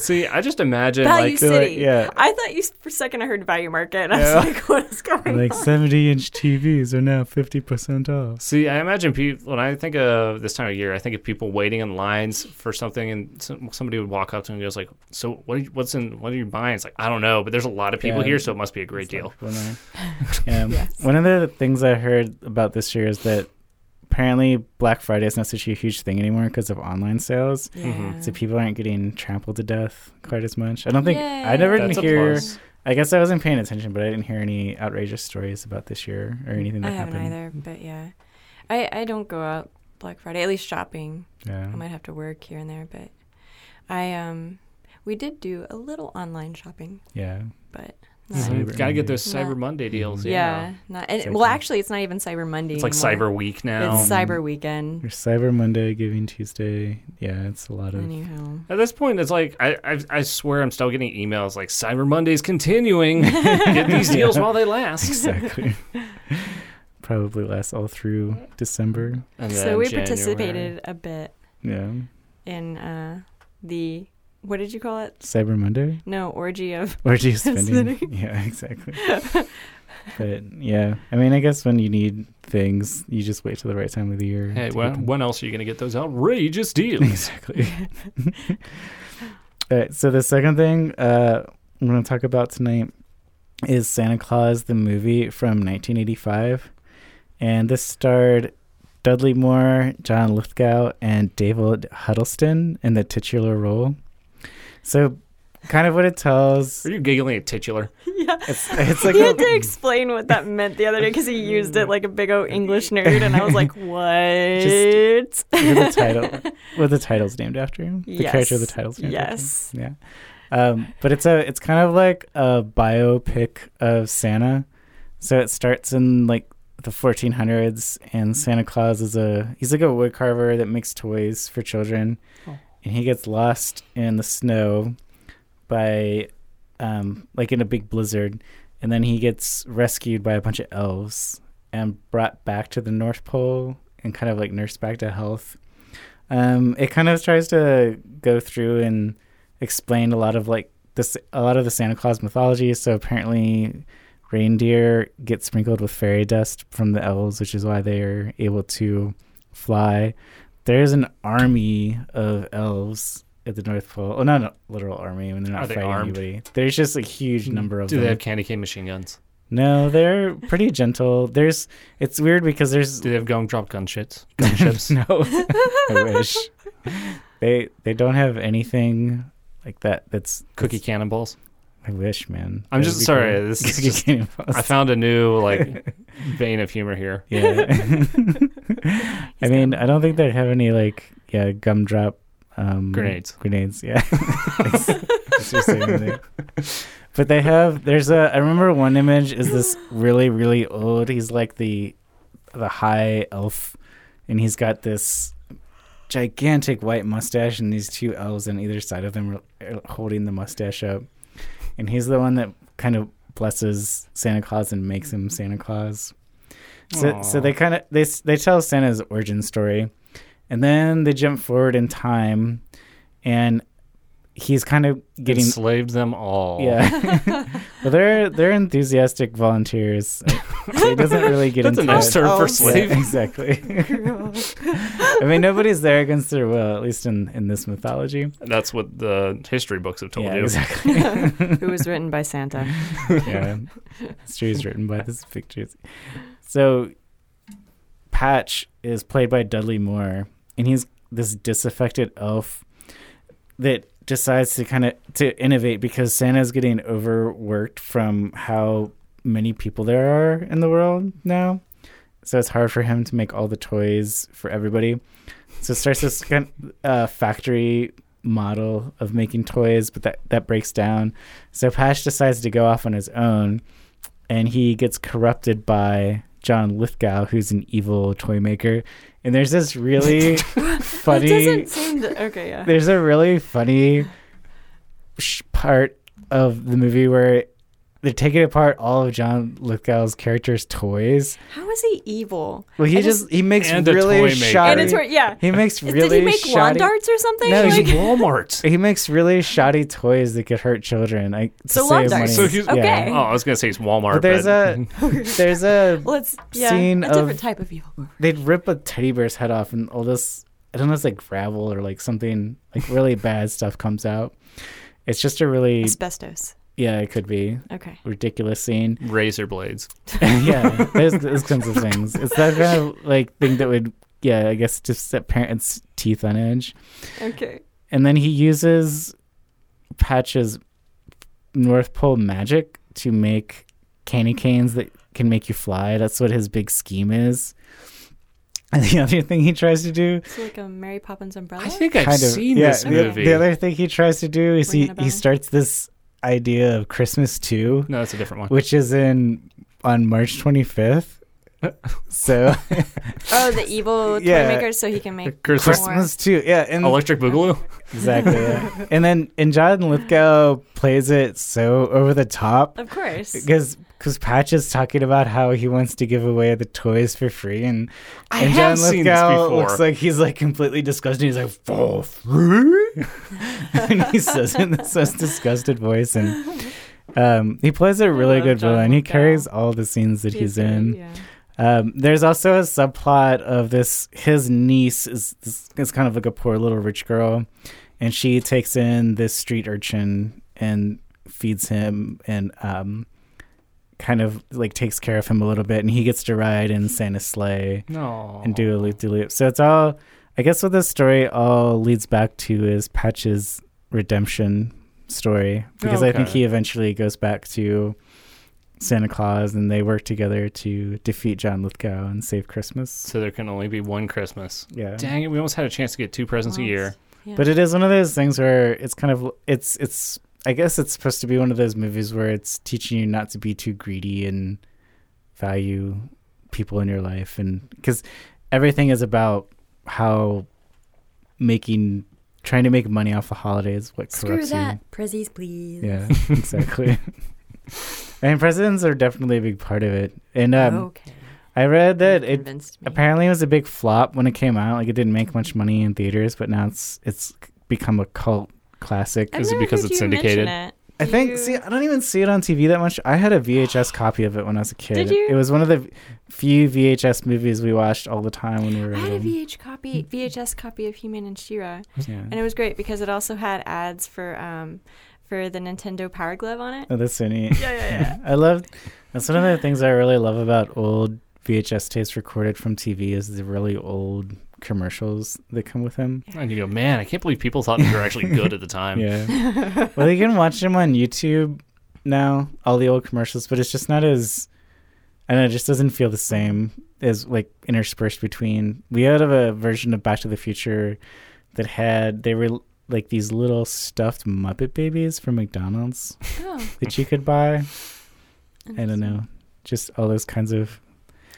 S2: see. I just imagine
S3: Value
S2: like
S1: they're
S3: City.
S1: like, yeah.
S3: I thought you for a second I heard Value Market, and I was
S1: Yeah.
S3: like, what is going
S1: like
S3: on?
S1: 70 inch TVs are now 50% off.
S2: See, I imagine people, when I think of this time of year, I think of people waiting in lines for something, and some, somebody would walk up to them and goes like, "So what? Are you, what's in? What are you buying?" It's like, "I don't know," but there's a lot of people
S1: Yeah.
S2: here, so it must be a great deal.
S1: Um,
S3: Yes.
S1: One of the things I heard about this year is that apparently Black Friday is not such a huge thing anymore because of online sales.
S2: Mhm.
S1: So people aren't getting trampled to death quite as much. I don't think I never
S3: Yay.
S1: didn't
S2: That's a
S1: hear.
S2: plus.
S1: I guess I wasn't paying attention, but I didn't hear any outrageous stories about this year or anything
S3: Mm, I
S1: that
S3: haven't
S1: happened.
S3: either, but yeah, I I don't go out Black Friday. At least shopping. I
S1: Yeah.
S3: might have to work here and there, but I um we did do a little online shopping,
S1: Yeah.
S3: but not,
S1: Mhm.
S2: So you gotta get those
S3: Yeah.
S2: Cyber Monday deals.
S3: yeah.
S2: Yeah,
S3: not and,
S1: Same
S3: well
S1: thing.
S3: actually it's not even Cyber Monday.
S2: it's like
S3: anymore.
S2: Cyber Week now.
S3: It's Cyber Weekend.
S1: Your Cyber Monday, Giving Tuesday. Yeah, it's a lot of.
S3: Anyhow,
S2: At this point, it's like I, I I swear I'm still getting emails like Cyber Monday's continuing. get these deals while they last.
S1: Exactly. Probably lasts all through December.
S2: And
S3: so
S2: then
S3: we
S2: January.
S3: participated a bit
S1: Yeah.
S3: in uh the what did you call it?
S1: Cyber Monday.
S3: No orgy of
S1: Where do you spending?
S3: Spending.
S1: yeah, exactly. but yeah, I mean, I guess when you need things, you just wait till the right time of the year. to
S2: Hey,
S1: get
S2: when,
S1: them.
S2: when else are you gonna get those outrageous deals?
S1: exactly. All right. So the second thing uh, I'm going to talk about tonight is Santa Claus the movie from 1985, and this starred Dudley Moore, John Lithgow, and David Huddleston in the titular role. So, kind of what it tells.
S2: Are you giggling at titular?
S3: yeah.
S1: It's, it's like
S3: he
S1: a-
S3: had to explain what that meant the other day because he used it like a big old English nerd, and I was like, "What?"
S1: Look at the title. what the title's named after. The character of the
S3: Yes.
S1: title's named
S3: Yes.
S1: after. Yes. Yeah. Um, but it's a it's kind of like a biopic of Santa. So it starts in like the 1400s, and Santa Claus is a he's like a wood carver that makes toys for children,
S2: Oh.
S1: and he gets lost in the snow by um, like in a big blizzard, and then he gets rescued by a bunch of elves and brought back to the North Pole and kind of like nursed back to health. Um, it kind of tries to go through and explain a lot of like this a lot of the Santa Claus mythology. So apparently, reindeer get sprinkled with fairy dust from the elves, which is why they are able to fly. There's an army of elves at the North Pole. Oh, not a literal army when they're not
S2: Are they
S1: fighting
S2: armed? Hmm.
S1: anybody. There's just a huge number of
S2: Do
S1: them.
S2: they have candy cane machine guns?
S1: No, they're pretty gentle. There's it's weird because there's
S2: Do they have gong drop gunships? Gunships.
S1: no. I wish they they don't have anything like that. That's
S2: Cookie cannonballs.
S1: I wish, man.
S2: I'm
S1: That
S2: just
S1: would be
S2: sorry,
S1: cool.
S2: this is
S1: Getting
S2: just-
S1: involved.
S2: I found a new like vein of humor here.
S1: yeah. I mean, I don't think they'd have any like yeah gumdrop um,
S2: Grenades.
S1: Grenades, yeah. Thanks. Thanks for saying that. But they have. There's a. I remember one image is this really really old. He's like the the high elf, and he's got this gigantic white mustache, and these two elves on either side of him are are holding the mustache up, and he's the one that kind of blesses Santa Claus and makes him Santa Claus. So, so
S2: Aw.
S1: they kind of they s- they tell Santa's origin story, and then they jump forward in time, and he's kind of getting
S2: enslaved them all.
S1: yeah. well, they're they're enthusiastic volunteers. So he doesn't really get
S2: That's a
S1: into
S2: nice
S1: it.
S2: term for
S1: Yeah,
S2: slave.
S1: exactly. I mean, nobody's there against their will, at least in in this mythology.
S2: That's what the history books have told
S1: yeah,
S2: you.
S1: exactly.
S3: Who was written by Santa?
S1: yeah. History is written by this pictures. So Patch is played by Dudley Moore, and he's this disaffected elf that decides to kind of to innovate because Santa's getting overworked from how many people there are in the world now. So it's hard for him to make all the toys for everybody. So starts this kind uh, factory model of making toys, but that, that breaks down. So Pash decides to go off on his own, and he gets corrupted by John Lithgow, who's an evil toy maker. And there's this really funny.
S3: It doesn't seem that. Okay, yeah.
S1: There's a really funny sh- part of the movie where they're taking apart all of John Lithgow's character's toys.
S3: How is he evil?
S1: Well, he
S3: And
S1: just he makes
S2: and a toy
S1: really
S2: maker.
S1: shoddy.
S3: And it's where, yeah.
S1: he makes really
S3: Did he make lawn
S1: shoddy-
S3: darts or something?
S1: No,
S3: Like-
S1: he's
S2: Walmart.
S1: He makes really shoddy toys that could hurt children. Like to
S3: So lawn
S1: save money.
S3: darts.
S2: So he's-
S1: Yeah.
S2: Oh,
S3: Okay.
S2: I was gonna say it's Walmart.
S1: But there's a there's a
S3: well, it's yeah,
S1: Scene
S3: a different
S1: of-
S3: type of evil.
S1: they'd rip a teddy bear's head off and all this I don't know it's like gravel or like something like really bad stuff comes out. It's just a really
S3: Asbestos.
S1: yeah, it could be
S3: Okay.
S1: ridiculous scene.
S2: razor blades.
S1: yeah, there's those kinds of things. It's that kind of like thing that would yeah, I guess just set parents' teeth on edge.
S3: Okay.
S1: And then he uses Patch's North Pole magic to make candy canes that can make you fly. That's what his big scheme is. And the other thing he tries to do
S3: It's like a Mary Poppins umbrella.
S2: I think I've seen
S1: yeah,
S2: this
S1: the,
S2: movie.
S1: The other thing he tries to do is
S3: Ringing
S1: he,
S3: a bell?
S1: he starts this idea of Christmas too,
S2: no, that's a different one.
S1: which is in on March 25th. so
S3: oh, the evil
S1: Yeah.
S3: toy maker, so he can make
S2: Christmas-
S3: more.
S1: Christmas too, yeah, and
S2: Electric Boogaloo.
S1: exactly. yeah. And then and John Lithgow plays it so over the top
S3: Of course.
S1: because because Patch is talking about how he wants to give away the toys for free, and
S2: I
S1: and John
S2: have seen this
S1: Lithgow
S2: before.
S1: looks like he's like completely disgusted. He's like for free, and he says it in this most disgusted voice, and um, he plays a really
S3: love
S1: good
S3: John
S1: villain. He
S3: Lithgow.
S1: carries all the scenes that he's,
S3: good,
S1: in.
S3: Yeah.
S1: Um, there's also a subplot of this. His niece is is is kind of like a poor little rich girl, and she takes in this street urchin and feeds him and um, kind of like takes care of him a little bit, and he gets to ride in Santa's sleigh
S2: No.
S1: and do a loop de loop. So it's all, I guess, what this story all leads back to is Patch's redemption story because I think
S2: Okay.
S1: he eventually goes back to Santa Claus and they work together to defeat John Lithgow and save Christmas.
S2: So there can only be one Christmas.
S1: Yeah.
S2: Dang it, we almost had a chance to get two presents a
S3: Once.
S2: year.
S3: Yeah.
S1: But it is one of those things where it's kind of it's it's I guess it's supposed to be one of those movies where it's teaching you not to be too greedy and value people in your life and cuz everything is about how making trying to make money off the holidays what
S3: Screw
S1: corrupts you.
S3: that. Prezzies, please.
S1: Yeah, exactly. and presidents are definitely a big part of it. And um,
S3: okay.
S1: I read that
S3: You
S1: it
S3: convinced me.
S1: apparently it was a big flop when it came out like it didn't make much money in theaters but now it's it's become a cult classic
S3: I've
S2: Is it
S3: never
S2: because
S3: heard
S2: it's
S3: you mention
S2: syndicated?
S3: it.
S1: i
S3: Do
S1: think
S3: you-
S1: see i don't even see it on tv that much i had a vhs copy of it when i was a kid
S3: Did you?
S1: it was one of the few vhs movies we watched all the time when we were
S3: I had a
S1: little
S3: VH copy, VHS copy of He-Man and She-Ra, and
S1: yeah.
S3: it was great because it also had ads for um for the Nintendo Power Glove on it.
S1: oh that's so neat
S3: Yeah, yeah,
S1: yeah i loved that's one of the things i really love about old vhs tapes recorded from tv is the really old commercials that come with them
S2: And you go,
S1: Oh,
S2: man, I can't believe people thought they were actually good at the time.
S1: Yeah. well, you can watch them on YouTube. now, all the old commercials, but it's just not as I don't know, it just doesn't feel the same as like interspersed between we had of a version of Back to the Future that had they were like these little stuffed Muppet babies from McDonald's
S3: Oh,
S1: that you could buy. I don't know. Just all those kinds of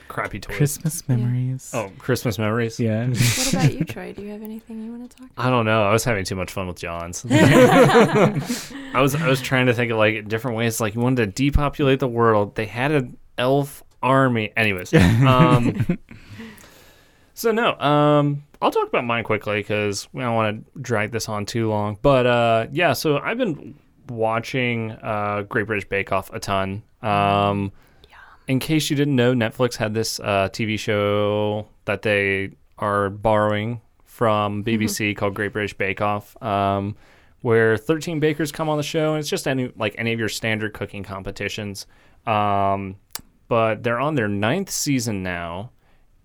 S2: Crappy toys.
S1: Christmas
S3: Yeah.
S1: memories.
S2: oh, Christmas memories.
S1: Yeah.
S3: What about you, Troy? Do you have anything you want to
S1: Uh,
S3: talk
S2: I don't know. I was having too much fun with John's.
S3: about?
S2: I was I was trying to think of like different ways. Like you wanted to depopulate the world. They had an elf army. Anyways, um, so no. Um, I'll talk about mine quickly because we don't want to drag this on too long. But uh, yeah, so I've been watching uh, Great British Bake Off a ton. Um, in case you didn't know, Netflix had this uh, TV show that they are borrowing from BBC called Great British Bake Off, um, where 13 bakers come on the show, and it's just any like any of your standard cooking competitions. Um, but they're on their ninth season now,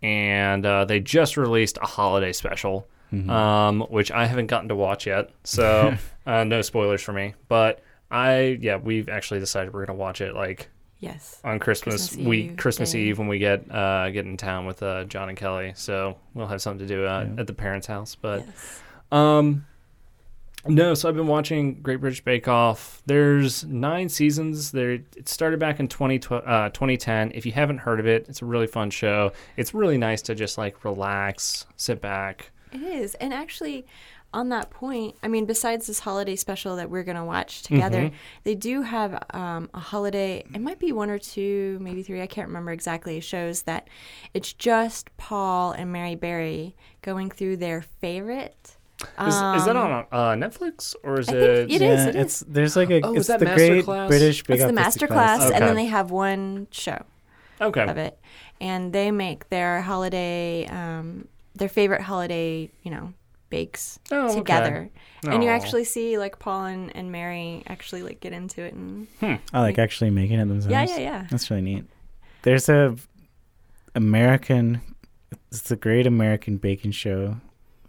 S2: and uh, they just released a holiday special, um, which I haven't gotten to watch yet. So uh, no spoilers for me. But I yeah, we've actually decided we're gonna watch it like
S3: yes.
S2: on Christmas,
S3: Christmas
S2: week,
S3: Eve
S2: Christmas
S3: day.
S2: Eve when we get uh, get in town with uh, John and Kelly. So we'll have something to do uh, at the parents' house. But
S3: Yes.
S2: um, no, so I've been watching Great British Bake Off. There's nine seasons. There, it started back in 20, uh, 2010. If you haven't heard of it, it's a really fun show. It's really nice to just like relax, sit back.
S3: It is. And actually, on that point, I mean, besides this holiday special that we're going to watch together, they do have um, a holiday. It might be one or two, maybe three, I can't remember exactly. Shows that it's just Paul and Mary Berry going through their favorite.
S2: Is, is that on uh, Netflix or is
S3: Um, I think
S2: it?
S3: it is, it
S1: it's
S3: is.
S1: there's like a
S2: Oh,
S1: it's
S2: is that
S1: the Great
S2: Masterclass?
S1: British Bake
S3: It's the
S1: Off
S3: master
S1: Masterclass.
S3: class, and
S2: Okay.
S3: then they have one show
S2: okay.
S3: of it, and they make their holiday, um, their favorite holiday, you know, bakes
S2: Oh, okay.
S3: together, and you
S2: Aw.
S3: actually see like Paul and, and Mary actually like get into it, and
S1: I like actually making it themselves.
S3: yeah, yeah, yeah.
S1: That's really neat. There's a American. It's the Great American Baking Show,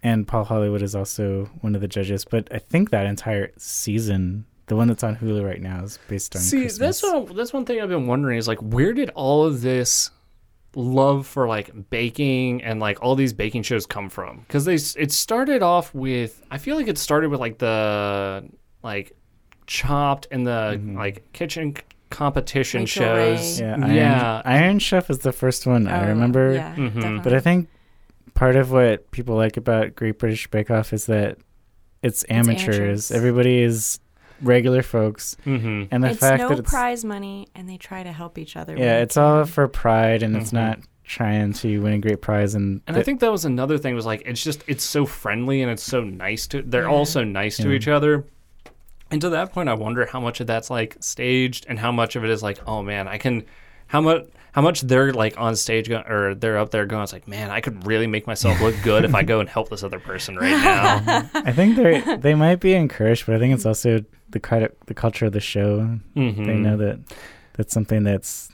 S1: and Paul Hollywood is also one of the judges. But I think that entire season, the one that's on Hulu right now, is based on.
S2: See,
S1: Christmas.
S2: that's what that's one thing I've been wondering is like, where did all of this love for like baking and like all these baking shows come from? Because they s- it started off with I feel like it started with like the like chopped and the like kitchen c- competition
S3: Rachel Ray.
S2: shows.
S1: Mm-hmm. Yeah, Iron,
S2: yeah.
S1: Iron Chef is the first one I
S3: Oh,
S1: remember.
S3: Yeah,
S2: Mhm.
S1: But I think part of what people like about Great British Bake Off is that it's amateurs.
S3: amateurs.
S1: Everybody is regular folks,
S2: Mm-hmm.
S1: and the
S3: it's
S1: fact
S3: no
S1: that it's
S3: prize money, and they try to help each other.
S1: yeah,
S3: when
S1: it's
S3: they
S1: all
S3: can.
S1: for pride, and it's
S2: Mhm.
S1: not trying to win a great prize. And,
S2: And I
S1: th-
S2: think that was another thing was like it's just it's so friendly and it's so nice to they're all
S3: Yeah.
S2: so nice to
S1: Yeah.
S2: each other. And to that point I wonder how much of that's like staged and how much of it is like, oh man, I can how much how much they're like on stage go- or they're up there going, it's like, man, I could really make myself look good if I go and help this other person right now.
S1: I think they they might be encouraged, but I think it's also the credit, the culture of the show.
S2: Mhm.
S1: They know that that's something that's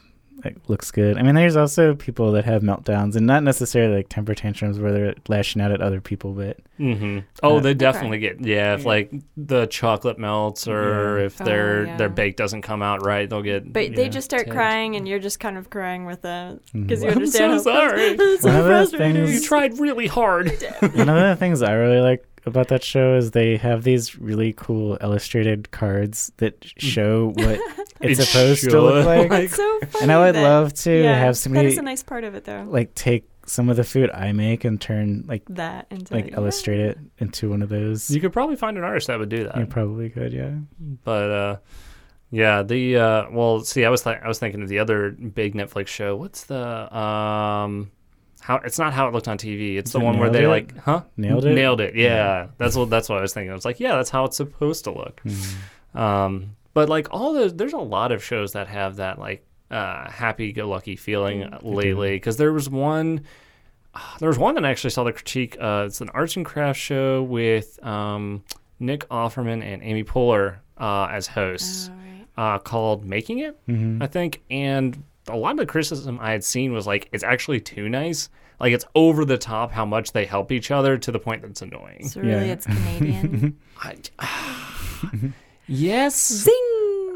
S1: like looks good. I mean, there's also people that have meltdowns, and not necessarily like temper tantrums where they're lashing out at other people, but
S2: hmm Oh,
S1: Uh,
S2: they definitely get yeah. If like the chocolate melts or if
S3: Oh,
S2: their
S3: yeah.
S2: their bake doesn't come out right, they'll get.
S3: But they
S2: yeah,
S3: just start
S2: ticked.
S3: crying, and you're just kind of crying with them because
S1: Mhm.
S3: you
S2: I'm
S3: understand.
S2: so
S3: how
S2: sorry.
S3: It's so
S1: One of those
S3: frustrating.
S1: things-
S2: You tried really hard.
S1: One of the things I really like about that show is they have these really cool illustrated cards that show what it's
S2: It
S1: supposed to
S2: should.
S1: look like.
S3: It's so funny.
S1: and I would
S3: that-
S1: love to
S3: yeah,
S1: have
S3: That
S1: somebody
S3: is a nice part of it, though.
S1: like take some of the food I make and turn like
S3: That into
S1: like illustrate it into one of those.
S2: You
S1: You,
S2: could probably find an artist that would do that.
S3: Uh,
S1: probably could, yeah.
S2: But uh, yeah, the uh, well, see, I was th- I was thinking of the other big Netflix show. What's the um, how it's not how it looked on TV. It's the
S1: it
S2: one where they
S1: Nailed It?
S2: like, huh?
S1: Nailed It?
S2: Nailed it. Yeah, that's what that's what I was thinking. I was like, yeah, that's how it's supposed to look.
S1: Mm-hmm.
S2: Um, but like all those, there's a lot of shows that have that like uh, happy-go-lucky feeling lately. Because there was one, there was one that I actually saw the critique. Uh, it's an arts and crafts show with um, Nick Offerman and Amy Poehler uh, as hosts,
S3: Oh,
S2: uh, called "Making It," I think. And a lot of the criticism I had seen was like, it's actually too nice. Like it's over the top how much they help each other to the point that's annoying.
S3: So really,
S1: Yeah.
S3: it's Canadian.
S2: I- yes.
S3: Zing.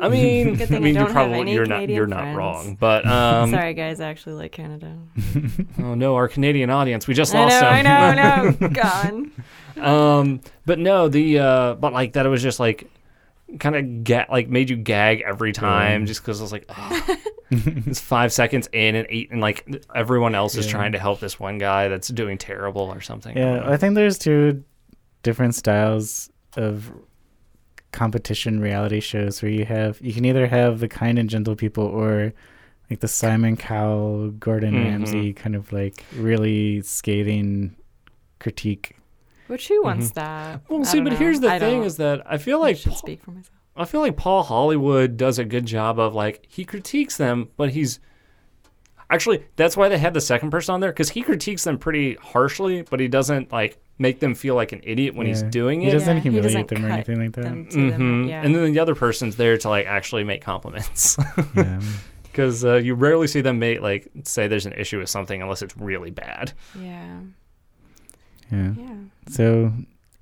S2: I mean,
S3: Good thing
S2: I
S3: I
S2: mean,
S3: don't
S2: you're
S3: have
S2: probably
S3: any
S2: you're not
S3: Canadian
S2: you're not
S3: friends.
S2: wrong, but um,
S3: Sorry, guys. I actually like Canada.
S2: oh no, our Canadian audience, we just
S3: I
S2: lost
S3: know,
S2: them.
S3: I know, I know. Gone.
S2: um but no the uh but like that it was just like kind of ga- like made you gag every time just 'cause just because i was like oh. it's five seconds in and eight and like everyone else is
S1: Yeah.
S2: trying to help this one guy that's doing terrible or something
S1: Yeah, I think there's two different styles of competition reality shows where you have you can either have the kind and gentle people or like the Simon Cowell, Gordon
S2: Mhm.
S1: Ramsay kind of like really scathing critique.
S3: But
S2: Mm-hmm.
S3: who wants that?
S2: well
S3: I
S2: see
S3: don't
S2: but
S3: know.
S2: here's the
S3: I
S2: thing
S3: don't-
S2: is that i feel
S3: I
S2: like
S3: should
S2: Paul-
S3: speak for myself.
S2: i feel like paul hollywood does a good job of like he critiques them but he's actually that's why they had the second person on there because he critiques them pretty harshly but he doesn't like make them feel like an idiot when he's
S1: Yeah.
S2: doing
S1: He
S2: it
S1: doesn't
S3: Yeah, he
S1: humiliate
S3: doesn't
S1: them or
S3: cut
S1: anything like that.
S3: Them to them,
S2: Mhm.
S3: yeah.
S2: And then the other person's there to like actually make compliments
S1: yeah.
S2: because uh, you rarely see them make like say there's an issue with something unless it's really bad.
S3: yeah.
S1: Yeah.
S3: Yeah.
S1: So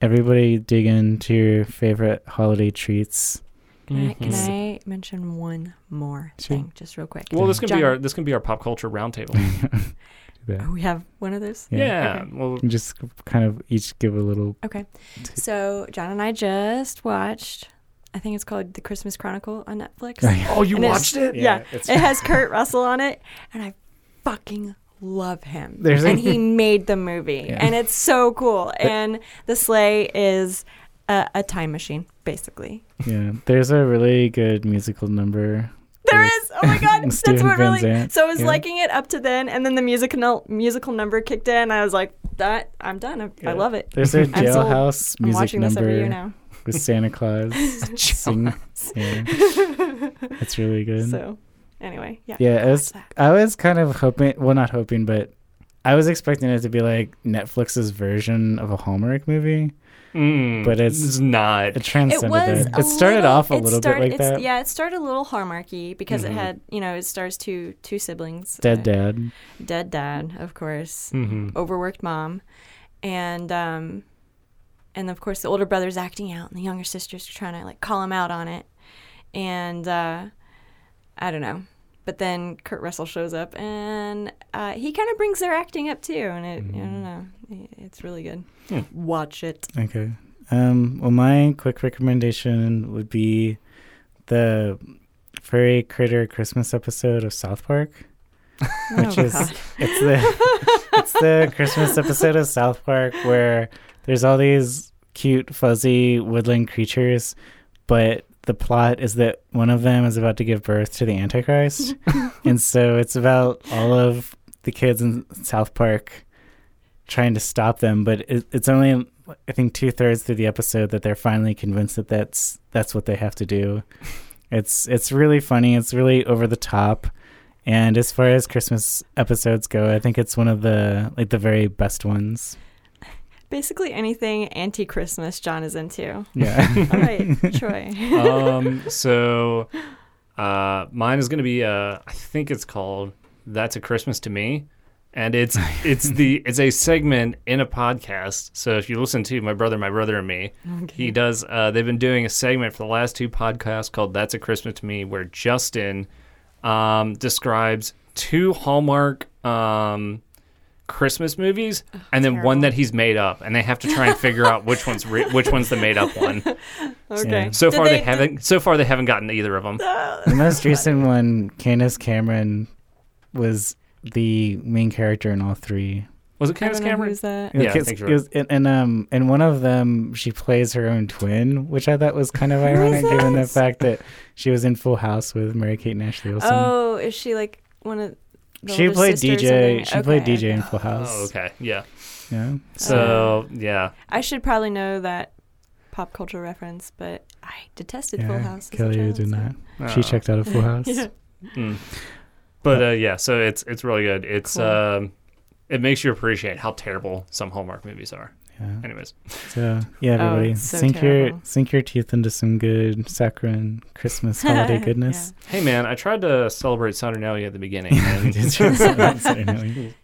S1: everybody dig into your favorite holiday treats.
S3: Can, I, can
S1: Mhm.
S2: Mm-hmm.
S3: I mention one more
S1: Sure.
S3: thing, just real quick?
S2: Well, this can be
S3: John-
S2: our this can be our pop culture roundtable.
S3: Oh, we have one of those.
S1: Yeah.
S2: yeah.
S3: Okay.
S2: Well,
S1: And Just kind of each give a little
S3: Okay.
S1: T-
S3: So John and I just watched. I think it's called The Christmas Chronicle on Netflix.
S2: oh, you
S3: And it's-
S2: watched it?
S3: yeah,
S1: it's-
S3: it has Kurt Russell on it, and I fucking love him.
S1: There's a-
S3: and he made the movie,
S1: Yeah.
S3: and it's so cool. And the sleigh is a, a time machine, basically.
S1: Yeah, there's a really good musical number.
S3: There
S1: Yes.
S3: is. Oh my god, that's
S1: Stephen
S3: what
S1: Van
S3: really.
S1: Zandt,
S3: So I was
S1: yeah.
S3: liking it up to then, and then the musical musical number kicked in. And I was like, that I'm done. I, I
S1: Yeah.
S3: love it.
S1: There's a
S3: I'm sold.
S1: jailhouse
S3: I'm
S1: music
S3: watching this every year
S1: number
S3: now.
S1: with Santa Claus sing. Yeah, it's really good.
S3: So, anyway, yeah.
S1: yeah, I was,
S3: watch
S1: I was kind of hoping, well, not hoping, but I was expecting it to be like Netflix's version of a Hallmark movie.
S2: Mm,
S1: But it's-
S2: it's not.
S1: It transcended that.
S3: a
S1: It started
S3: little-
S1: off a
S3: it
S1: little
S3: started-
S1: bit like
S3: it's-
S1: that. Mm-hmm.
S3: Yeah, it started a little hallmarky because
S2: Mhm.
S3: it had, you know, it stars two two siblings.
S1: Dead
S3: uh,
S1: Dad.
S3: Dead dad, of course.
S2: hmm
S3: Overworked mom, and um, and of course the older brother's acting out, and the younger sister's trying to like call him out on it, and uh, I don't know. But then Kurt Russell shows up, and uh, he kind of brings their acting up too, and it, I
S2: Mm-hmm.
S3: don't know, it- it's really good.
S2: Hmm.
S3: Watch it.
S1: Okay. Um, well, my quick recommendation would be the Furry Critter Christmas episode of South Park. Which
S3: oh,
S1: is-
S3: God.
S1: It's the it's the Christmas episode of South Park where there's all these cute fuzzy woodland creatures, but the plot is that one of them is about to give birth to the Antichrist, and so it's about all of the kids in South Park trying to stop them, but it, it's only I think two thirds through the episode that they're finally convinced that that's that's what they have to do. It's it's really funny. It's really over the top. And as far as Christmas episodes go, I think it's one of the like the very best ones.
S3: Basically anything anti-Christmas John is into.
S1: Yeah.
S3: All right, Troy.
S2: um, so uh, mine is going to be uh, I think it's called "That's a Christmas to Me," and it's it's the it's a segment in a podcast. So if you listen to my brother, my brother and me, he does. Uh, they've been doing a segment for the last two podcasts called "That's a Christmas to Me," where Justin um, describes two Hallmark. Um, Christmas movies, and then one
S3: terrible.
S2: that he's made up, and they have to try and figure out which one's re- which one's the made up one.
S3: Okay.
S1: Yeah.
S2: So
S3: Did
S2: far they,
S3: did-
S2: haven't. so far they haven't gotten either of them.
S1: the most recent one, Candace Cameron was the main character in all three.
S2: Was it
S3: I
S2: Candace
S3: don't know
S2: Cameron?
S3: who's that?
S2: Yeah, I
S1: It's-
S2: think you're
S1: it was- and, and um in one of them she plays her own twin, which I thought was kind of ironic given the
S3: this?
S1: fact that she was in Full House with Mary Kate and Ashley Olsen.
S3: Oh, is she like one of the
S1: she
S3: older
S1: played
S3: sister or
S1: DJ.
S3: something?
S1: She played
S3: Okay,
S1: DJ in
S3: okay.
S1: Full House.
S2: Oh, okay.
S3: Um,
S2: Yeah.
S1: Yeah.
S2: So yeah,
S3: I should probably know that pop culture reference, but I detested Full
S1: Yeah,
S3: House. as a
S1: Kelly
S3: child,
S1: did
S3: so-
S1: not. She
S2: Uh,
S1: checked out of Full House.
S3: Yeah.
S2: mm. But uh, yeah, so it's it's really good. It's
S3: Cool.
S2: um, it makes you appreciate how terrible some Hallmark movies are.
S1: yeah.
S2: Anyways,
S1: So yeah,
S3: Oh,
S1: everybody,
S3: it's so
S1: sink your
S3: terrible.
S1: sink your teeth into some good saccharine Christmas holiday goodness.
S2: hey man, I tried to celebrate Saturnalia at the beginning, and
S1: It's just- it's annoying.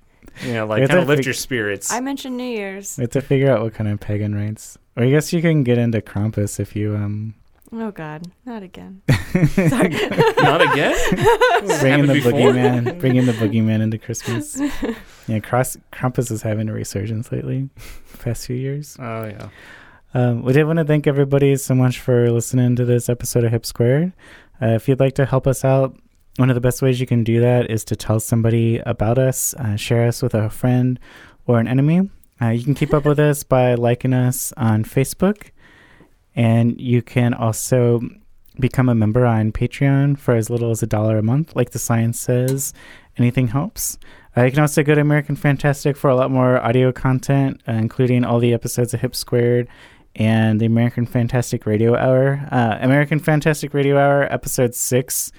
S2: you know, like
S1: It's
S2: kind
S1: a
S2: of lift
S1: fig-
S2: your spirits.
S3: I mentioned New Year's.
S1: we have to figure out what kind of pagan rites. Or I guess you can get into Krampus if you um
S3: Oh God, not again.
S2: Not again? This
S1: Bringing
S2: happened
S1: the
S2: before?
S1: boogeyman, bringing the boogeyman into Christmas. Yeah, Cross, Krampus is having a resurgence lately, past few years.
S2: Oh, yeah.
S1: Um, we did want to thank everybody so much for listening to this episode of Hip Squared. Uh, if you'd like to help us out, one of the best ways you can do that is to tell somebody about us, uh, share us with a friend or an enemy. Uh, you can keep up with us by liking us on Facebook, and you can also become a member on Patreon for as little as a dollar a month, like the science says. Anything helps. Uh, you can also go to American Fantastic for a lot more audio content, uh, including all the episodes of Hip Squared and the American Fantastic Radio Hour. Uh, American Fantastic Radio Hour, episode six,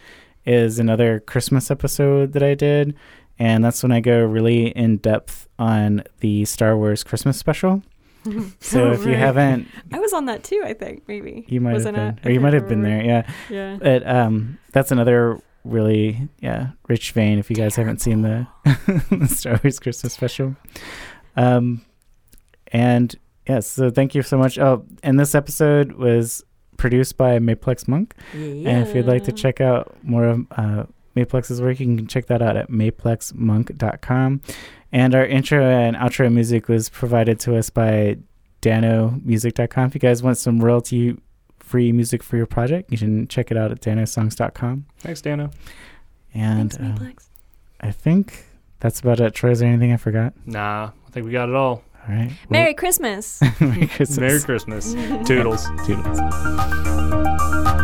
S1: is another Christmas episode that I did. And that's when I go really in depth on the Star Wars Christmas special. So if you
S3: Right.
S1: haven't,
S3: I was on that too. I think maybe
S1: you might
S3: Wasn't
S1: have been,
S3: I? I
S1: or you
S3: can't
S1: might have been
S3: remember.
S1: there. Yeah.
S3: Yeah.
S1: But um, that's another really yeah rich vein. If you guys haven't seen the, the Star Wars Christmas special, um, and yes, so thank you so much. Oh, and this episode was produced by Maplex Monk. And if you'd like to
S3: Yeah.
S1: check out more of uh, Maplex's work, you can check that out at maplexmonk.com. And our intro and outro music was provided to us by danomusic.com. If you guys want some royalty free music for your project, you can check it out at danosongs.com.
S2: Thanks, Dano.
S1: And
S3: Thanks,
S1: um,
S3: Maplex.
S1: I think that's about it. Troy, is there anything I forgot?
S2: Nah, I think we got it all.
S1: All right. Well,
S3: Merry Christmas.
S1: Merry Christmas.
S2: Merry Christmas. Toodles.
S1: Toodles.
S4: Thank